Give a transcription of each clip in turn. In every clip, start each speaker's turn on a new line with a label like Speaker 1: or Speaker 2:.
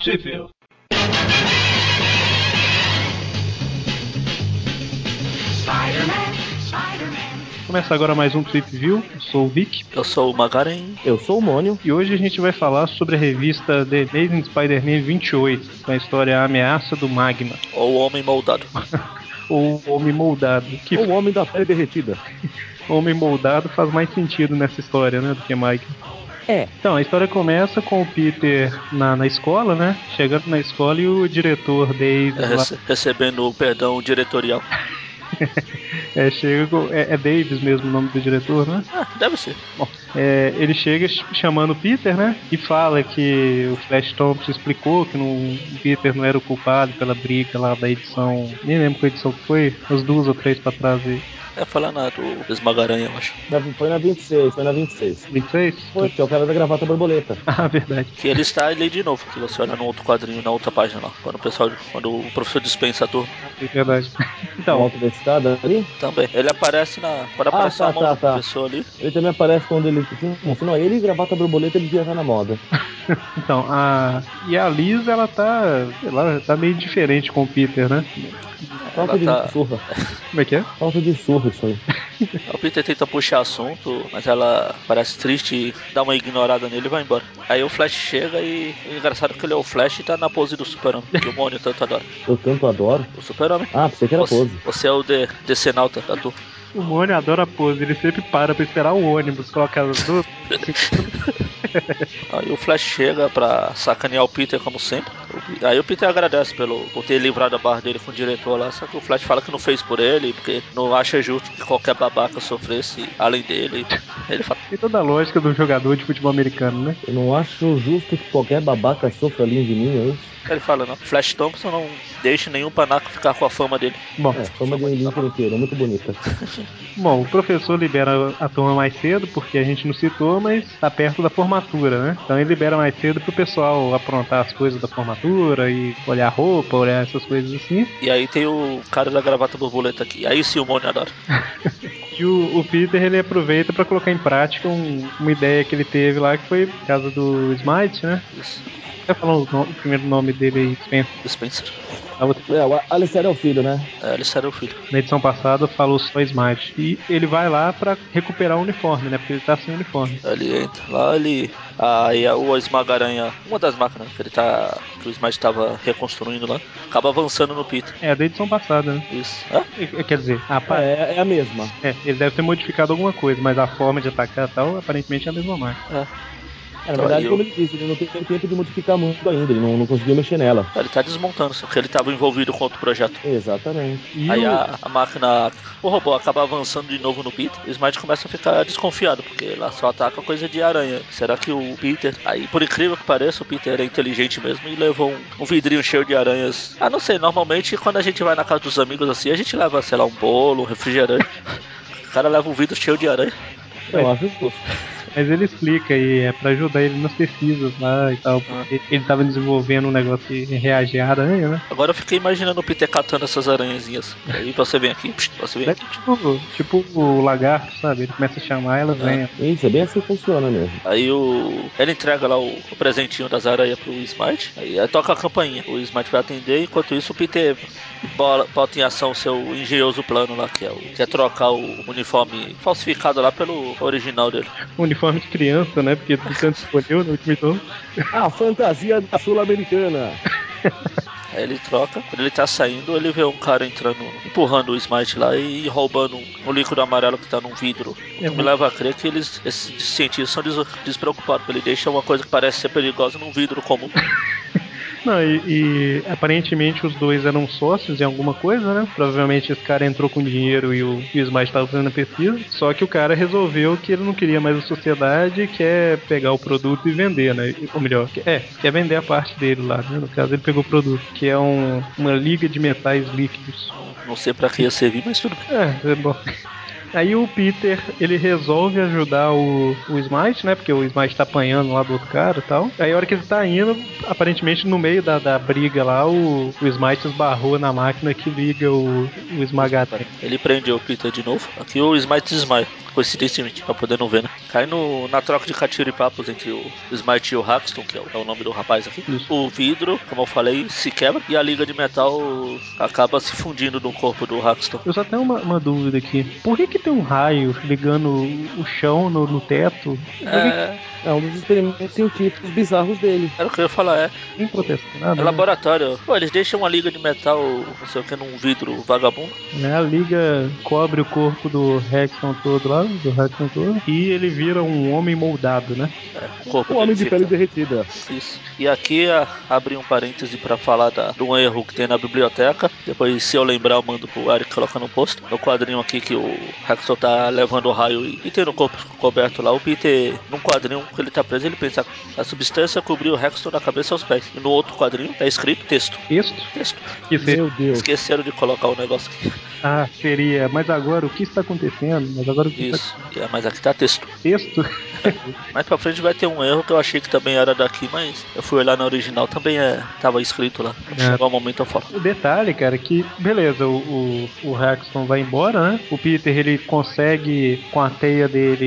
Speaker 1: Sheffield. Começa agora mais um Trip View. Eu sou o Vic
Speaker 2: Eu sou o Magaren.
Speaker 3: Eu sou o Mônio.
Speaker 1: e hoje a gente vai falar sobre a revista The Amazing Spider-Man 28, com a história A Ameaça do Magma,
Speaker 2: ou o homem moldado.
Speaker 1: ou Homem Moldado. Que
Speaker 3: O homem da pele derretida.
Speaker 1: Homem Moldado faz mais sentido nessa história, né, do que Magma.
Speaker 3: É.
Speaker 1: Então, a história começa com o Peter na, na escola, né? Chegando na escola e o diretor David
Speaker 2: É,
Speaker 1: lá-
Speaker 2: rece- recebendo o perdão diretorial.
Speaker 1: É, chega com- é, é Davis mesmo o nome do diretor, né?
Speaker 2: Ah, deve ser.
Speaker 1: Bom, é, ele chega ch- chamando o Peter, né? E fala que o Flash Thompson explicou que não, o Peter não era o culpado pela briga lá da edição. Nem lembro qual edição que foi, umas duas ou três pra trás de
Speaker 2: É falar na do Esmagaranha, eu acho.
Speaker 3: Na- Foi na 26, foi na 26.
Speaker 1: 26?
Speaker 3: Foi, que é o cara da gravata borboleta.
Speaker 1: Ah, verdade.
Speaker 2: Que ele está ali de novo, que você olha no outro quadrinho, na outra página lá. Quando o pessoal, quando o professor dispensa a turma
Speaker 1: É verdade.
Speaker 3: No
Speaker 1: Então,
Speaker 3: alto da escada ali.
Speaker 2: também. Ele aparece na. Quando aparece
Speaker 3: tá,
Speaker 2: a mão
Speaker 3: tá,
Speaker 2: do
Speaker 3: tá.
Speaker 2: professor ali.
Speaker 3: Ele também aparece quando ele. Bom, se não é ele e gravata borboleta, ele devia estar na moda.
Speaker 1: então a e a Liz ela tá, sei lá, tá meio diferente com o Peter, né?
Speaker 3: Falta de
Speaker 2: tá-
Speaker 3: surra.
Speaker 1: Como é que é?
Speaker 3: Falta de surra isso aí.
Speaker 2: O Peter tenta puxar assunto, mas ela parece triste, dá uma ignorada nele e vai embora. Aí o Flash chega e. e engraçado que ele é o Flash e tá na pose do Super-Homem, que o Mônio tanto adora.
Speaker 3: Eu tanto adoro.
Speaker 2: O Super-Homem.
Speaker 3: Ah, pensei que era
Speaker 2: Você,
Speaker 3: pose.
Speaker 2: você é o de, decenalta da turma.
Speaker 1: O Mônio adora a pose, ele sempre para pra esperar o ônibus, coloca as duas.
Speaker 2: Aí o Flash chega pra sacanear o Peter, como sempre. O Pe- Aí o Peter agradece pelo, por ter livrado a barra dele com o diretor lá, só que o Flash fala que não fez por ele, porque não acha justo que qualquer babaca sofresse além dele. Ele fala,
Speaker 1: Tem toda a lógica do jogador de futebol americano, né?
Speaker 3: Eu não acho justo que qualquer babaca sofra ali de mim, é aí.
Speaker 2: ele fala não. Flash Thompson não deixa nenhum panaco ficar com a fama dele.
Speaker 1: Bom,
Speaker 3: É, fama de Lincoln inteira, é muito bonita.
Speaker 1: bom, o professor libera a turma mais cedo, porque a gente não citou, mas tá perto da formatura, né? Então ele libera mais cedo pro pessoal aprontar as coisas da formatura e olhar a roupa, olhar essas coisas assim.
Speaker 2: E aí tem o cara da gravata borboleta aqui. Aí sim o Mônio adora.
Speaker 1: E o, o Peter ele aproveita pra colocar em prática um- uma ideia que ele teve lá, que foi por causa do Smite, né?
Speaker 2: Isso.
Speaker 1: Quer falar o, no- o primeiro nome dele aí, Spencer?
Speaker 2: Spencer.
Speaker 1: Ah, vou ter-
Speaker 3: É, o Alistair é o filho, né?
Speaker 2: É, ele será o filho.
Speaker 1: na edição passada falou só Smite. E ele vai lá pra recuperar o uniforme, né? Porque ele tá sem uniforme.
Speaker 2: Ele entra lá, ele. Aí a- o Esmagaranha, uma das máquinas que ele tá. que o Smite tava reconstruindo lá, acaba avançando no Peter.
Speaker 1: É, da edição passada, né?
Speaker 2: Isso. Hã?
Speaker 1: É, Quer dizer, a pa-
Speaker 3: É, é a mesma.
Speaker 1: é, ele deve ter modificado alguma coisa, mas a forma de atacar e tal, aparentemente é a mesma marca.
Speaker 3: É, na verdade,
Speaker 2: Aí eu-
Speaker 3: como ele disse, ele não teve tempo de modificar muito ainda, ele não, não conseguiu mexer nela.
Speaker 2: Ele tá desmontando, só que ele tava envolvido com outro projeto.
Speaker 3: Exatamente.
Speaker 1: E
Speaker 2: Aí
Speaker 1: o-
Speaker 2: a, a máquina, o robô acaba avançando de novo no Peter. O Smite começa a ficar desconfiado, porque lá só ataca coisa de aranha. Será que o Peter. Aí, por incrível que pareça, o Peter é inteligente mesmo e levou um, um vidrinho cheio de aranhas. Ah, não sei, normalmente quando a gente vai na casa dos amigos assim, a gente leva, sei lá, um bolo, um refrigerante. O cara leva um vidro cheio de aranha.
Speaker 3: Eu acho justo.
Speaker 1: Mas ele explica e é pra ajudar ele nas pesquisas lá e tal.
Speaker 2: Ah.
Speaker 1: porque Ele tava desenvolvendo um negócio de reagir à aranha, né?
Speaker 2: Agora eu fiquei imaginando o Peter catando essas aranhazinhas. Aí você vem aqui, psh, você vem
Speaker 1: É
Speaker 2: aqui.
Speaker 1: tipo, tipo o lagarto, sabe? Ele começa a chamar,
Speaker 2: Ah.
Speaker 1: ela vem.
Speaker 3: Isso, é bem assim que funciona mesmo.
Speaker 2: Aí o. Ele entrega lá o, o presentinho das aranhas pro Smite. Aí, aí toca a campainha. O Smite vai atender, enquanto isso o Peter bola, bota em ação o seu engenhoso plano lá, que é, o, que é trocar o uniforme falsificado lá pelo original dele.
Speaker 1: Um Uniforme de criança, né? Porque tu tanto escolheu no último jogo.
Speaker 3: A fantasia da Sul-Americana.
Speaker 2: Aí ele troca. Quando ele tá saindo, ele vê um cara entrando, empurrando o Smite lá e roubando um líquido amarelo que tá num vidro.
Speaker 1: É
Speaker 2: O que me leva a crer que eles, esses cientistas são des- despreocupados, porque ele deixa uma coisa que parece ser perigosa num vidro comum.
Speaker 1: Não, e, e aparentemente os dois eram sócios em alguma coisa, né? Provavelmente esse cara entrou com dinheiro e o, e o Smite estava fazendo a pesquisa. Só que o cara resolveu que ele não queria mais a sociedade e quer pegar o produto e vender, né? Ou melhor, que- é, quer vender a parte dele lá, né? No caso, ele pegou o produto, que é um- uma liga de metais líquidos.
Speaker 2: Não sei pra que ia servir, mas tudo bem.
Speaker 1: É, é bom. Aí o Peter, ele resolve ajudar o, o Smite, né? Porque o Smite tá apanhando lá do outro cara e tal. Aí a hora que ele tá indo, aparentemente no meio da, da briga lá, o, o Smite esbarrou na máquina que liga o, o esmagador.
Speaker 2: Ele prendeu o Peter de novo. Aqui o Smite desmaia. Coincidentemente, pra poder não ver, né? Cai no, na troca de catiripapos entre o Smite e o Haxton, que é o, é o nome do rapaz aqui.
Speaker 1: Isso.
Speaker 2: O vidro, como eu falei, se quebra e a liga de metal acaba se fundindo no corpo do Haxton.
Speaker 1: Eu só tenho uma, uma dúvida aqui. Por que, que tem um raio ligando o- o chão no, no teto?
Speaker 2: É,
Speaker 3: É um dos experimentos científicos bizarros dele.
Speaker 2: era o que eu ia falar, é.
Speaker 3: Tá
Speaker 1: Ninguém protesta nada.
Speaker 2: É
Speaker 1: né?
Speaker 2: laboratório. Pô, eles deixam uma liga de metal, não sei o que, num vidro vagabundo.
Speaker 1: né? A liga cobre o corpo do Hexton todo lá, do Hexton todo, e ele vira um homem moldado, né?
Speaker 2: É, o corpo
Speaker 3: O Um homem
Speaker 2: dele
Speaker 3: de
Speaker 2: fica-
Speaker 3: pele derretida.
Speaker 2: Isso. E aqui a, abri um parêntese pra falar da, de um erro que tem na biblioteca. Depois, se eu lembrar, eu mando pro Eric colocar no post. No quadrinho aqui que o Hextor tá levando o raio e, e tem no corpo coberto lá. O Peter, num quadrinho que ele tá preso, ele pensa a substância cobriu o Hextor da cabeça aos pés. E no outro quadrinho é escrito texto.
Speaker 1: Isto
Speaker 2: Texto.
Speaker 1: que seria.
Speaker 3: Meu Deus.
Speaker 2: Esqueceram de colocar o negócio aqui.
Speaker 1: Ah, seria. Mas agora o que está acontecendo? Mas agora o que está
Speaker 2: Isso. É, mas aqui tá texto.
Speaker 1: texto?
Speaker 2: Mais pra frente vai ter um erro que eu achei que também era daqui, mas eu fui olhar na original, também é, tava escrito lá.
Speaker 1: É.
Speaker 2: Chegou o momento eu falo.
Speaker 1: O detalhe, cara, que beleza, o, o, o Hexton vai embora, né? O Peter ele consegue, com a teia dele,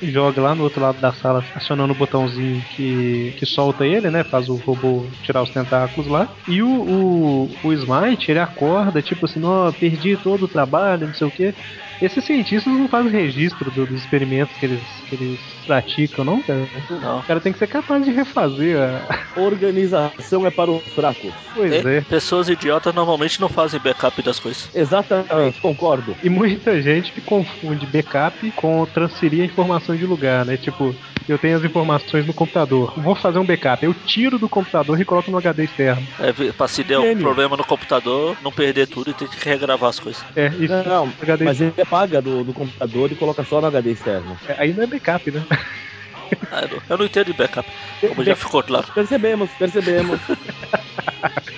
Speaker 1: ele joga lá no outro lado da sala, acionando o botãozinho que, que solta ele, né? Faz o robô tirar os tentáculos lá. E o, o, o Smite, ele acorda, tipo assim, ó, perdi todo o trabalho, não sei o quê. Esses cientistas não fazem registro do- dos experimentos que eles, que eles praticam, não, cara?
Speaker 2: Não.
Speaker 1: O cara tem que ser capaz de refazer a.
Speaker 3: Organização é para os fracos.
Speaker 1: Pois
Speaker 2: É,
Speaker 1: é.
Speaker 2: Pessoas idiotas normalmente não fazem backup das coisas.
Speaker 3: Exatamente, concordo.
Speaker 1: E muita gente que confunde backup com transferir a informação de lugar, né? Tipo, eu tenho as informações no computador, vou fazer um backup, eu tiro do computador e coloco no HD externo.
Speaker 2: É, vi- pra se der um
Speaker 3: Gênio.
Speaker 2: problema no computador, não perder tudo e ter que regravar as coisas.
Speaker 1: É, isso.
Speaker 3: Não,
Speaker 1: HD
Speaker 3: mas ele apaga do, do computador e coloca só no HD externo.
Speaker 1: é, Aí não é backup, né?
Speaker 2: Ah, eu não- Eu não entendo de backup, como já ficou claro.
Speaker 3: Percebemos, percebemos.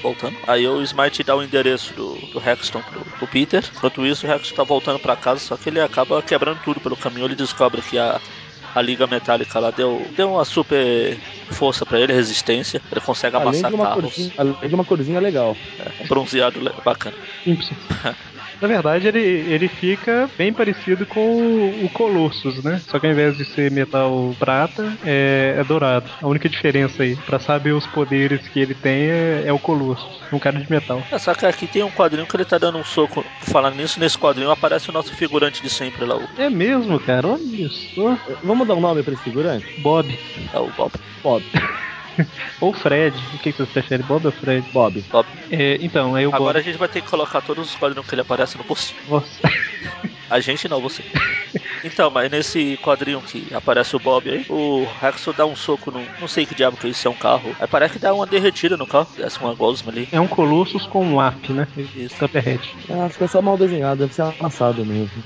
Speaker 2: Voltando. Aí o Smite dá o endereço do, do Hexton pro, pro Peter. Enquanto isso, o Hexton tá voltando pra casa, só que ele acaba quebrando tudo pelo caminho. Ele descobre que a, a Liga Metálica lá deu, deu uma super força pra ele, resistência. Ele consegue
Speaker 3: além,
Speaker 2: amassar
Speaker 3: de uma
Speaker 2: carros.
Speaker 3: corzinha, além de uma corzinha legal.
Speaker 2: É, um bronzeado le- bacana.
Speaker 1: Simpsons. Na verdade, ele, ele fica bem parecido com o, o Colossus, né? Só que ao invés de ser metal prata, é, é dourado. A única diferença aí, pra saber os poderes que ele tem, é, é o Colossus, um cara de metal.
Speaker 2: É, só que aqui tem um quadrinho que ele tá dando um soco. Falando nisso, nesse quadrinho aparece o nosso figurante de sempre lá, o,
Speaker 1: É mesmo, cara? Olha só.
Speaker 3: Eh, Vamos dar um nome para esse figurante?
Speaker 1: Bob.
Speaker 2: é o Bob.
Speaker 3: Bob.
Speaker 1: Ou Fred. O que que vocês preferem, Bob ou Fred?
Speaker 3: Bob.
Speaker 2: Bob.
Speaker 1: É, então, aí o
Speaker 2: Agora
Speaker 1: Bob.
Speaker 2: a gente vai ter que colocar todos os quadrinhos que ele aparece no post.
Speaker 1: Nossa.
Speaker 2: A gente não, você. Então, mas nesse quadrinho que aparece o Bob aí, o Hexo dá um soco no. Não sei que diabo que isso é um carro. Aí parece que dá uma derretida no carro. Desce uma gosma ali.
Speaker 1: É um Colossus com um app, né?
Speaker 2: Isso.
Speaker 1: Cuphead.
Speaker 3: Ah, acho que é só mal desenhado, deve ser amassado mesmo.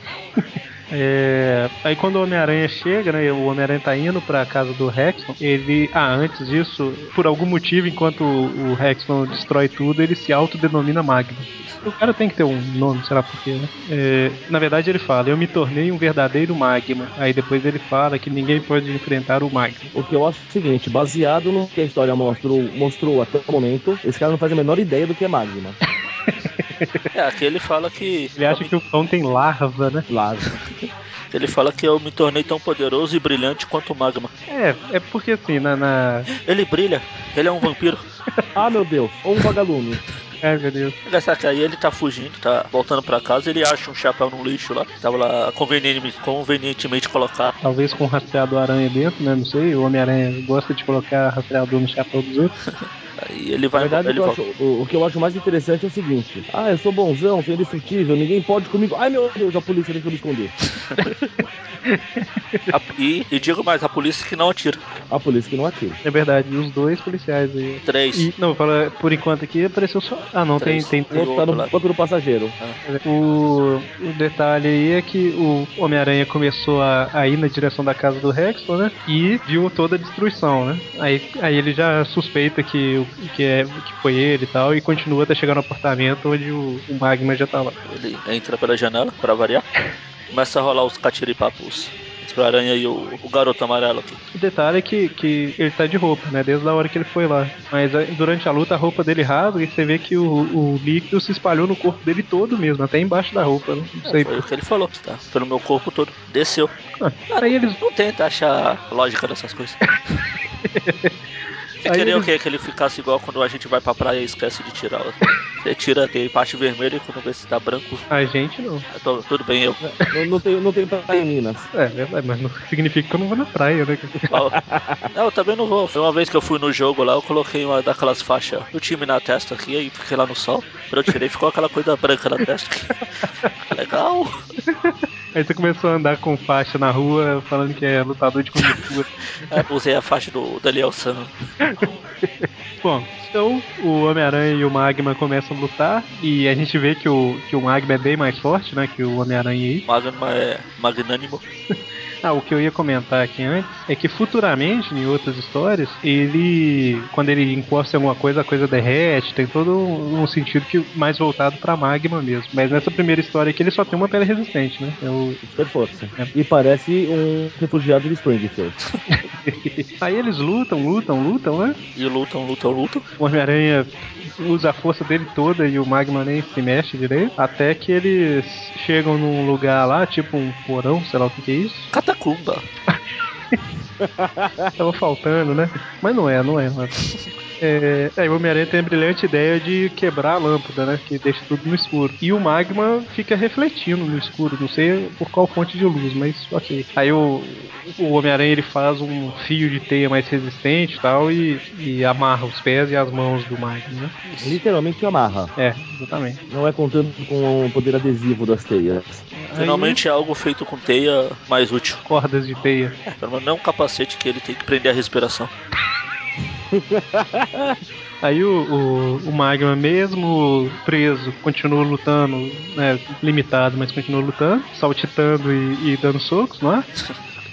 Speaker 1: É, aí quando o Homem-Aranha chega, né? O Homem-Aranha tá indo pra casa do Hexton. Ele. Ah, antes disso, por algum motivo, enquanto o o Hexton destrói tudo, ele se autodenomina Magno. O cara tem que ter um nome, será por quê, né? É, na verdade, ele fala: Eu me tornei um verdadeiro magma. Aí depois ele fala que ninguém pode enfrentar o magma.
Speaker 3: O que eu acho é o seguinte, baseado no que a história mostrou, mostrou até o momento, esse cara não faz a menor ideia do que é magma.
Speaker 2: É, aqui ele fala que.
Speaker 1: Ele acha que o pão tem larva, né?
Speaker 3: Claro.
Speaker 2: Ele fala que eu me tornei tão poderoso e brilhante quanto o magma.
Speaker 1: É, é porque assim, na. na...
Speaker 2: Ele brilha, ele é um vampiro.
Speaker 3: Ah, meu Deus, ou um vagalume.
Speaker 1: Ai, meu Deus.
Speaker 2: Engraçado que aí ele tá fugindo, tá voltando pra casa, ele acha um chapéu no lixo lá, que tava lá convenientemente, convenientemente colocado.
Speaker 1: Talvez com um rastreador aranha dentro, né? Não sei. O Homem-Aranha gosta de colocar rastreador no chapéu dos outros.
Speaker 2: Aí ele
Speaker 3: Na
Speaker 2: vai
Speaker 3: verdade, então. o
Speaker 2: ele
Speaker 3: que, eu
Speaker 2: volta.
Speaker 3: acho- o, o que eu acho mais interessante é o seguinte. Ah, eu sou bonzão, sou indestrutível, ninguém pode comigo. Ai, meu Deus, a polícia deixou eu me esconder.
Speaker 2: A- e, e digo mais, a polícia que não atira.
Speaker 3: A polícia que não atira.
Speaker 1: É verdade. E os dois policiais aí.
Speaker 2: Três.
Speaker 1: E, não, fala, por enquanto aqui apareceu só. Ah, não, tem,
Speaker 2: Três.
Speaker 1: tem
Speaker 3: O outro tá
Speaker 2: outro lá.
Speaker 3: no banco do passageiro.
Speaker 1: O, o detalhe aí é que o Homem-Aranha começou a, a ir na direção da casa do Rexton, né? E viu toda a destruição, né? Aí, aí ele já suspeita que, o- que, é, que foi ele e tal, e continua até chegar no apartamento onde o, o Magma já tá lá.
Speaker 2: Ele entra pela janela, pra variar. Começa a rolar os catiripapus entre o aranha e o, o garoto amarelo aqui.
Speaker 1: O detalhe é que, que ele tá de roupa, né? Desde a hora que ele foi lá. Mas eh, durante a luta a roupa dele rasga e você vê que o, o líquido se espalhou no corpo dele todo mesmo, até embaixo da roupa. né? Não sei.
Speaker 2: Foi o que ele falou, tá? Pelo meu corpo todo. Desceu.
Speaker 1: Ah, Aí eles.
Speaker 2: Não tenta achar lógica dessas coisas. Você
Speaker 1: Aí
Speaker 2: queria
Speaker 1: ele-
Speaker 2: o quê? Que ele ficasse igual quando a gente vai pra praia e esquece de tirar. ó. Você tira, tem parte vermelha e quando vê se tá branco,
Speaker 1: A gente não.
Speaker 2: eu tô- tudo bem, eu.
Speaker 3: Não, não tem, não tem praia em Minas.
Speaker 1: É verdade, mas não significa que eu não vou na praia, né? cara?
Speaker 2: Ó, Não, eu também não vou. Foi uma vez que eu fui no jogo lá, eu coloquei uma daquelas faixas do time na testa aqui, aí fiquei lá no sol. Quando eu tirei, ficou aquela coisa branca na testa. Legal.
Speaker 1: Aí você começou a andar com faixa na rua falando que é lutador de conjuntura.
Speaker 2: É, usei a faixa do Daniel San.
Speaker 1: Bom, então o Homem-Aranha e o Magma começam a lutar e a gente vê que o, que o Magma é bem mais forte, né, que o Homem-Aranha aí.
Speaker 2: Magma é magnânimo.
Speaker 1: Ah, o que eu ia comentar aqui antes é que futuramente, em outras histórias, ele, quando ele encosta em alguma coisa, a coisa derrete, tem todo um, um sentido que mais voltado pra Magma mesmo. Mas nessa primeira história aqui ele só tem uma pele resistente, né? É o-
Speaker 3: Super força. E parece um refugiado de Springfield.
Speaker 1: Aí eles lutam, lutam, lutam, né?
Speaker 2: E lutam, lutam, lutam.
Speaker 1: O Homem-Aranha usa a força dele toda e o Magma nem se mexe direito. Até que eles chegam num lugar lá, tipo um porão, sei lá o que, que é isso. Ah,
Speaker 2: Catacumba.
Speaker 1: Tava faltando, né? Mas não é, não é. Mano. É, aí o Homem-Aranha tem a brilhante ideia de quebrar a lâmpada, né? Que deixa tudo no escuro. E o magma fica refletindo no escuro, não sei por qual fonte de luz, mas ok. Aí o, o Homem-Aranha ele faz um fio de teia mais resistente e tal, e, e amarra os pés e as mãos do magma, né?
Speaker 3: Literalmente amarra.
Speaker 1: É, exatamente.
Speaker 3: Não é contando com o poder adesivo das teias.
Speaker 2: Finalmente é algo feito com teia mais útil.
Speaker 1: Aí, cordas de teia.
Speaker 2: É, pelo menos não é um capacete que ele tem que prender a respiração.
Speaker 1: Aí o, o, o Magma, mesmo preso, continua lutando, né, limitado, mas continua lutando, saltitando e, e dando socos, não é?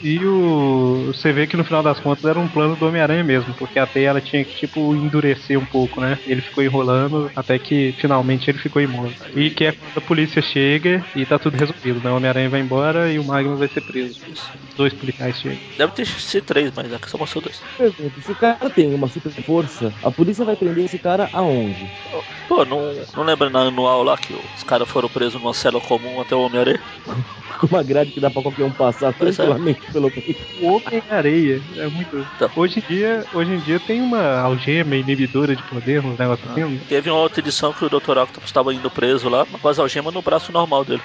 Speaker 1: E o. Você vê que no final das contas era um plano do Homem-Aranha mesmo, porque a teia ela tinha que, tipo, endurecer um pouco, né? Ele ficou enrolando até que finalmente ele ficou imóvel. E que é quando a polícia chega e tá tudo resolvido, né? O Homem-Aranha vai embora e o Magma vai ser preso. Os dois policiais chegam.
Speaker 2: Deve ter sido três, mas aqui só mostrou dois.
Speaker 3: Pergunta, se o cara tem uma super força, a polícia vai prender esse cara aonde?
Speaker 2: Pô, não, não lembra na anual lá que os caras foram presos numa cela comum até o Homem-Aranha?
Speaker 3: Com uma grade que dá pra qualquer um passar
Speaker 2: Pois é.
Speaker 3: tranquilamente pelo meio.
Speaker 1: O Homem-Areia. É muito.
Speaker 2: Tá.
Speaker 1: Hoje, em dia, hoje em dia tem uma algema inibidora de poder, uns negócios assim. né?
Speaker 2: Teve uma outra edição que o Dr. Octopus estava indo preso lá, com as algemas no braço normal dele.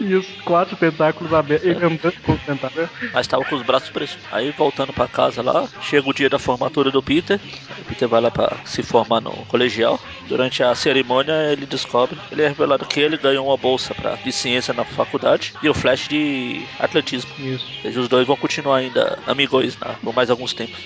Speaker 1: E os quatro tentáculos abertos. Ele andando com os tentáculos.
Speaker 2: Mas tava com os braços presos. Aí voltando pra casa lá, chega o dia da formatura do Peter. O Peter vai lá pra se formar no colegial. Durante a cerimônia ele descobre, ele é revelado que ele ganhou uma bolsa pra, de ciência na faculdade e o Flash de atletismo.
Speaker 1: Isso.
Speaker 2: Ou seja, os dois vão continuar ainda amigos né, por mais alguns tempos.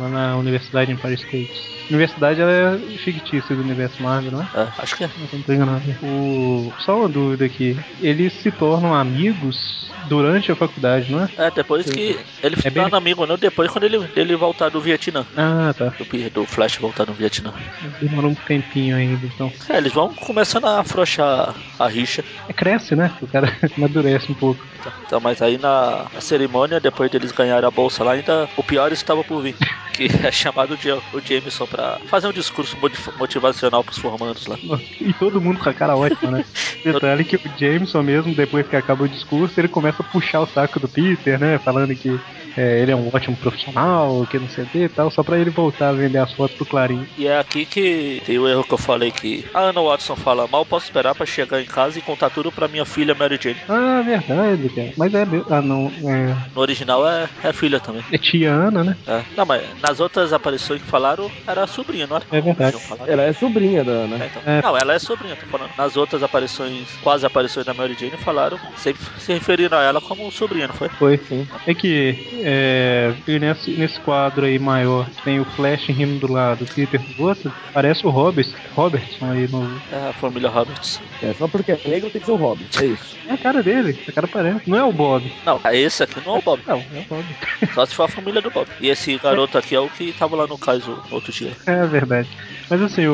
Speaker 1: Lá na Universidade Empire State. Universidade ela é fictícia do universo Marvel, não é?
Speaker 2: É, acho que é.
Speaker 1: Não tô enganado. O... Só uma dúvida aqui. Eles se tornam amigos durante a faculdade, não é?
Speaker 2: É, depois que ele
Speaker 1: É
Speaker 2: é
Speaker 1: bem-
Speaker 2: torna amigo, não, depois quando ele, ele voltar do Vietnã.
Speaker 1: Ah, tá.
Speaker 2: Do, Peter- do Flash voltar do Vietnã.
Speaker 1: Demorou um tempinho ainda, então.
Speaker 2: É, eles vão começando a afrouxar a rixa.
Speaker 1: É, cresce, né? O cara amadurece um pouco.
Speaker 2: Então, mas aí na, na cerimônia, depois deles ganharem a bolsa lá, ainda o pior estava por vir. Que é chamado de, o Jameson pra fazer um discurso modif- motivacional pros formandos lá.
Speaker 1: E todo mundo com a cara ótima, né? Detalhe que o Jameson mesmo, depois que acaba o discurso, ele começa a puxar o saco do Peter, né? Falando que é, ele é um ótimo profissional, que não sei o que e tal, só pra ele voltar a vender as fotos pro Clarim.
Speaker 2: E é aqui que tem o erro que eu falei que a Anna Watson fala, mal posso esperar pra chegar em casa e contar tudo pra minha filha Mary Jane.
Speaker 1: Ah, verdade, cara. Mas é. meu- Ah, não. É,
Speaker 2: No original é, é filha também.
Speaker 1: é tia Ana, né?
Speaker 2: É. Não, mas nas outras aparições que falaram, era sobrinha, não era?
Speaker 1: É verdade.
Speaker 2: Não falaram?
Speaker 3: Ela é sobrinha da
Speaker 2: É,
Speaker 3: Ana.
Speaker 2: então.
Speaker 1: É.
Speaker 2: Não, ela é sobrinha, tô falando. Nas outras aparições, quase aparições da Mary Jane, falaram, sempre se referiram a ela como sobrinha, não foi?
Speaker 1: Foi.
Speaker 3: Sim.
Speaker 1: É que é, e nesse, nesse quadro aí maior, que tem o Flash rindo do lado, o Peter do outro, parece o Robert, Robertson aí no.
Speaker 2: É a família Roberts.
Speaker 3: É só porque é negro tem que ser o Robin. É isso.
Speaker 1: É a cara dele, a cara parece. Não é o Bob.
Speaker 2: Não, é esse aqui não é o Bob.
Speaker 1: Não, é o Bob.
Speaker 2: Só se for a família do Bob. E esse garoto aqui é o que tava lá no caso no outro dia.
Speaker 1: É verdade. Mas assim, o-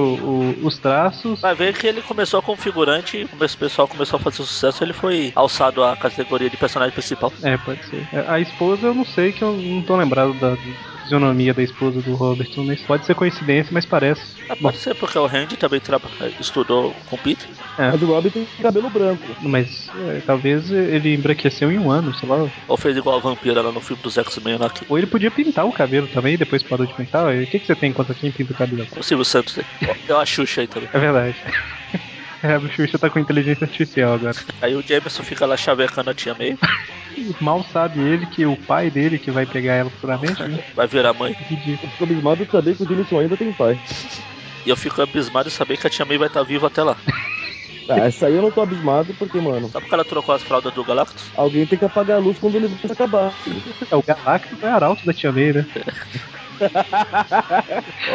Speaker 1: o- os traços.
Speaker 2: Vai ver que ele começou como figurante, come- o pessoal começou a fazer sucesso, ele foi alçado à categoria de personagem principal.
Speaker 1: É, pode ser. É, A esposa eu não sei que eu não tô lembrado da fisionomia da esposa do Robertson, mas pode ser coincidência, mas parece.
Speaker 2: Ah,
Speaker 1: Bom,
Speaker 2: pode ser porque o Randy também traba- estudou com o Peter.
Speaker 3: Mas o Robbie tem cabelo branco.
Speaker 1: É, mas é, talvez ele embranqueceu em um ano, sei lá.
Speaker 2: Ou fez igual a vampira lá no filme dos X-Men lá que
Speaker 1: Ou ele podia pintar o cabelo também e depois parou de pintar. Ué, O que, que você tem contra quem pinta o cabelo?
Speaker 2: o Silvio Santos. né? Deu a Xuxa aí também.
Speaker 1: É verdade. É, o Xuxa tá com inteligência artificial agora.
Speaker 2: Aí o Jameson fica lá chavecando a tia May,
Speaker 1: Mal sabe ele que o pai dele que vai pegar ela futuramente, né?
Speaker 2: vai virar mãe.
Speaker 1: Ridículo.
Speaker 3: Eu fico abismado de saber que o Jameson ainda tem pai.
Speaker 2: E eu fico abismado em saber que a tia May vai estar viva até lá.
Speaker 3: Ah, essa aí eu não tô abismado porque, mano,
Speaker 2: Sabe porque ela trocou as fraldas do Galactus?
Speaker 3: alguém tem que apagar a luz quando o universo acabar.
Speaker 1: É, o Galactus é arauto da Tia May, né?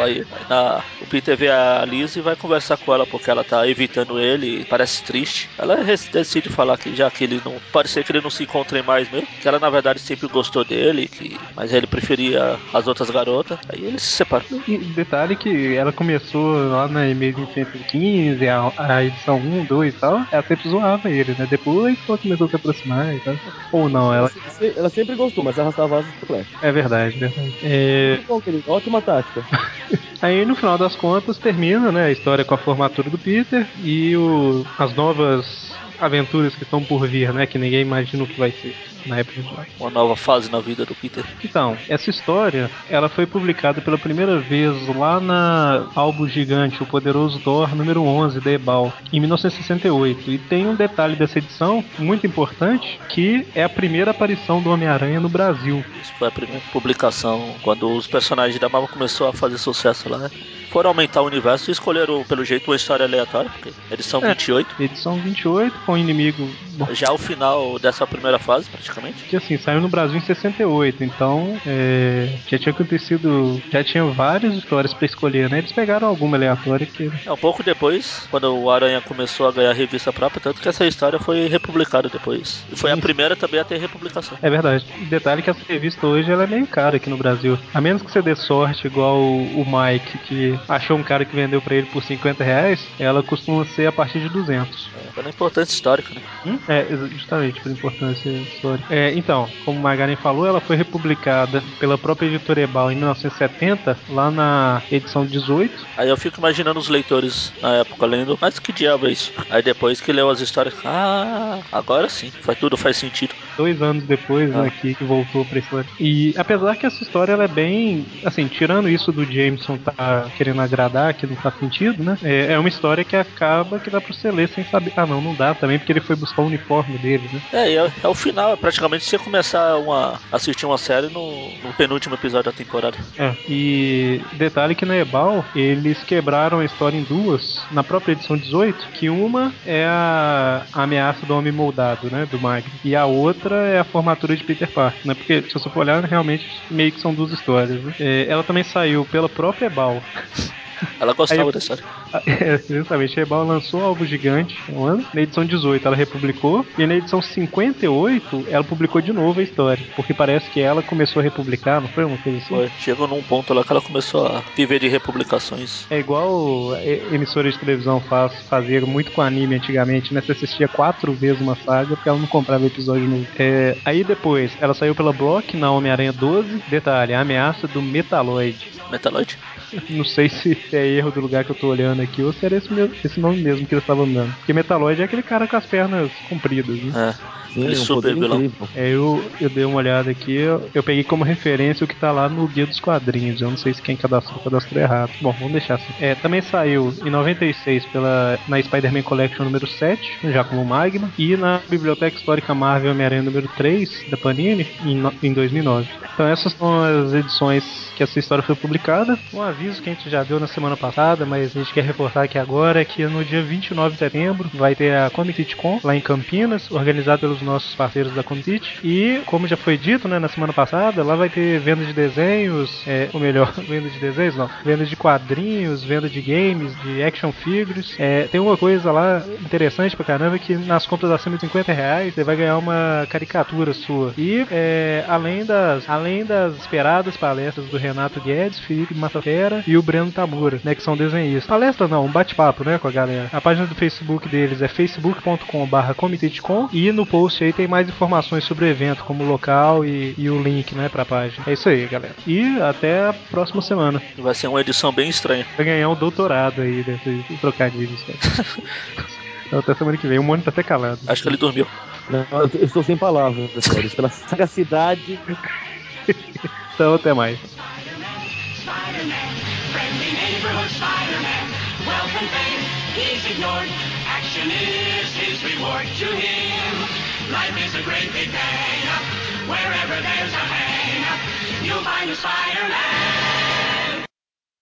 Speaker 2: Aí na- o Peter vê a Liz e vai conversar com ela porque ela tá evitando ele e parece triste. Ela res- decide falar que já que ele não. Pode ser que ele não se encontrem mais mesmo. Que ela na verdade sempre gostou dele, que, mas ele preferia as outras garotas. Aí eles se separam.
Speaker 1: E detalhe que ela começou lá na e-mail 115, a, a edição 1, 2 e tal, ela sempre zoava ele, né? Depois que ela começou a se aproximar e tal. Ou não,
Speaker 3: Ela,
Speaker 1: ela.
Speaker 3: se- ela sempre gostou, mas arrastava asas pro flash.
Speaker 1: É verdade, é verdade. É,
Speaker 3: Bom, querido, ótima tática.
Speaker 1: Aí no final das contas termina né, a história com a formatura do Peter e o, as novas aventuras que estão por vir, né? Que ninguém imagina o que vai ser na época. de lá.
Speaker 2: Uma nova fase na vida do Peter.
Speaker 1: Então, essa história ela foi publicada pela primeira vez lá na álbum gigante O Poderoso Thor número 11 da Ebal em 1968 e tem um detalhe dessa edição muito importante que é a primeira aparição do Homem-Aranha no Brasil.
Speaker 2: Isso foi a primeira publicação quando os personagens da Marvel começou a fazer sucesso lá. né? Foram aumentar o universo e escolheram, pelo jeito, uma história aleatória, porque eles são
Speaker 1: É.
Speaker 2: 28.
Speaker 1: Edição 28 com o inimigo bom,
Speaker 2: Já o final dessa primeira fase, praticamente.
Speaker 1: que assim, saiu no Brasil em 68, então é, já tinha acontecido, já tinha várias histórias pra escolher, né? Eles pegaram alguma aleatória que
Speaker 2: É, um pouco depois, quando o Aranha começou a ganhar revista própria, tanto que essa história foi republicada depois. E foi a
Speaker 1: Isso.
Speaker 2: primeira também a ter republicação.
Speaker 1: é verdade. E Detalhe que essa revista hoje ela é meio cara aqui no Brasil. A menos que você dê sorte igual o o Mike, que achou um cara que vendeu pra ele por 50 reais, ela costuma ser a partir de 200.
Speaker 2: É, Pela importância histórica, né?
Speaker 1: Hum? É, ex- justamente por importância histórica. É, então, como o Magaren falou, ela foi republicada pela própria editora Ebal em 1970, lá na edição 18,
Speaker 2: Aí eu fico imaginando os leitores na época lendo, mas que diabo é isso? Aí depois que leu as histórias, ah, agora sim, faz tudo faz sentido.
Speaker 1: dois anos depois,
Speaker 2: Ah.
Speaker 1: né, que, que voltou pra história. E apesar que essa história ela é bem, assim, tirando isso do Jameson tá querendo agradar, que não faz sentido, né? É, é uma história que acaba que dá pra você ler sem saber. Ah, não, não dá também, porque ele foi buscar o uniforme dele, né?
Speaker 2: É, e é, é o final, é praticamente você começar uma, assistir uma série no, no penúltimo episódio da temporada.
Speaker 1: É. E detalhe que na Ebal, eles quebraram a história em duas, na própria edição 18, que uma é a, a ameaça do homem moldado, né, do Magno, e a outra é a formatura de Peter Parker, né, porque se você for olhar, realmente meio que são duas histórias, né. É, Ela também saiu pela própria Ebal,
Speaker 2: Ela gostava
Speaker 1: Aí eu-
Speaker 2: da história.
Speaker 1: é, exatamente, a Ebal lançou Alvo Gigante um ano, na edição 18 ela republicou, e na edição 58 ela publicou de novo a história, porque parece que ela começou a republicar, não foi uma coisa assim?
Speaker 2: Foi. Chegou num ponto lá que ela começou a viver de republicações.
Speaker 1: É igual é, emissora de televisão faz, fazia muito com anime antigamente, né? Você assistia quatro vezes uma saga porque ela não comprava episódio novo. É, aí depois, ela saiu pela Block na Homem-Aranha 12. Detalhe, a ameaça do Metaloid.
Speaker 2: Metaloid.
Speaker 1: Não sei se é erro do lugar que eu tô olhando aqui ou se era esse, mesmo- esse nome mesmo que eles estavam dando. Porque Metaloid é aquele cara com as pernas compridas, né?
Speaker 2: É.
Speaker 3: Sim,
Speaker 2: Ele
Speaker 3: um
Speaker 2: super
Speaker 3: poder
Speaker 2: vilão.
Speaker 3: incrível.
Speaker 1: É, eu, eu dei uma olhada aqui, eu, eu peguei como referência o que tá lá no Guia dos Quadrinhos. Eu não sei se quem é cadastrou cadastrou errado. Bom, vamos deixar assim. É, também saiu em 96 pela, na Spider-Man Collection número 7, já como Magma, e na Biblioteca Histórica Marvel Homem-Aranha número 3 da Panini, em, no- em 2009. Então essas são as edições que essa história foi publicada. Um aviso que a gente já deu na semana passada, mas a gente quer reforçar aqui agora, é que no dia 29 de setembro vai ter a Comic City Con lá em Campinas, organizada pelos nossos parceiros da Comic City. E, como já foi dito né, na semana passada, lá vai ter venda de desenhos, é, ou melhor, venda de desenhos não, venda de quadrinhos, venda de games, de action figures. É, tem uma coisa lá interessante pra caramba que nas compras acima de 50 reais você vai ganhar uma caricatura sua. E é, além, das, além das esperadas palestras do Renato Guedes, Felipe Massafera e o Breno Tamura. Nakamura, né, que são desenhistas. Palestra não, um bate-papo, né, com a galera. A página do Facebook deles é facebook.com.br comitêdecom e no post aí tem mais informações sobre o evento, como o local e, e o link, né, pra página. É isso aí, galera. E até a próxima semana.
Speaker 2: Vai ser uma edição bem estranha.
Speaker 1: Vai ganhar um doutorado aí desses trocadilhos. né? Então, Até semana que vem. O Mônio tá até calado.
Speaker 2: Acho que ele dormiu.
Speaker 3: Não, eu- eu estou sem palavras, senhores, pela sagacidade
Speaker 1: Então até mais.
Speaker 4: Spider-Man, Spider-Man, friendly neighborhood Spider-Man. Welcome fame, he's ignored. Action is his reward to him. Life is a great big bang. Wherever there's a hang, you'll find a Spider-Man.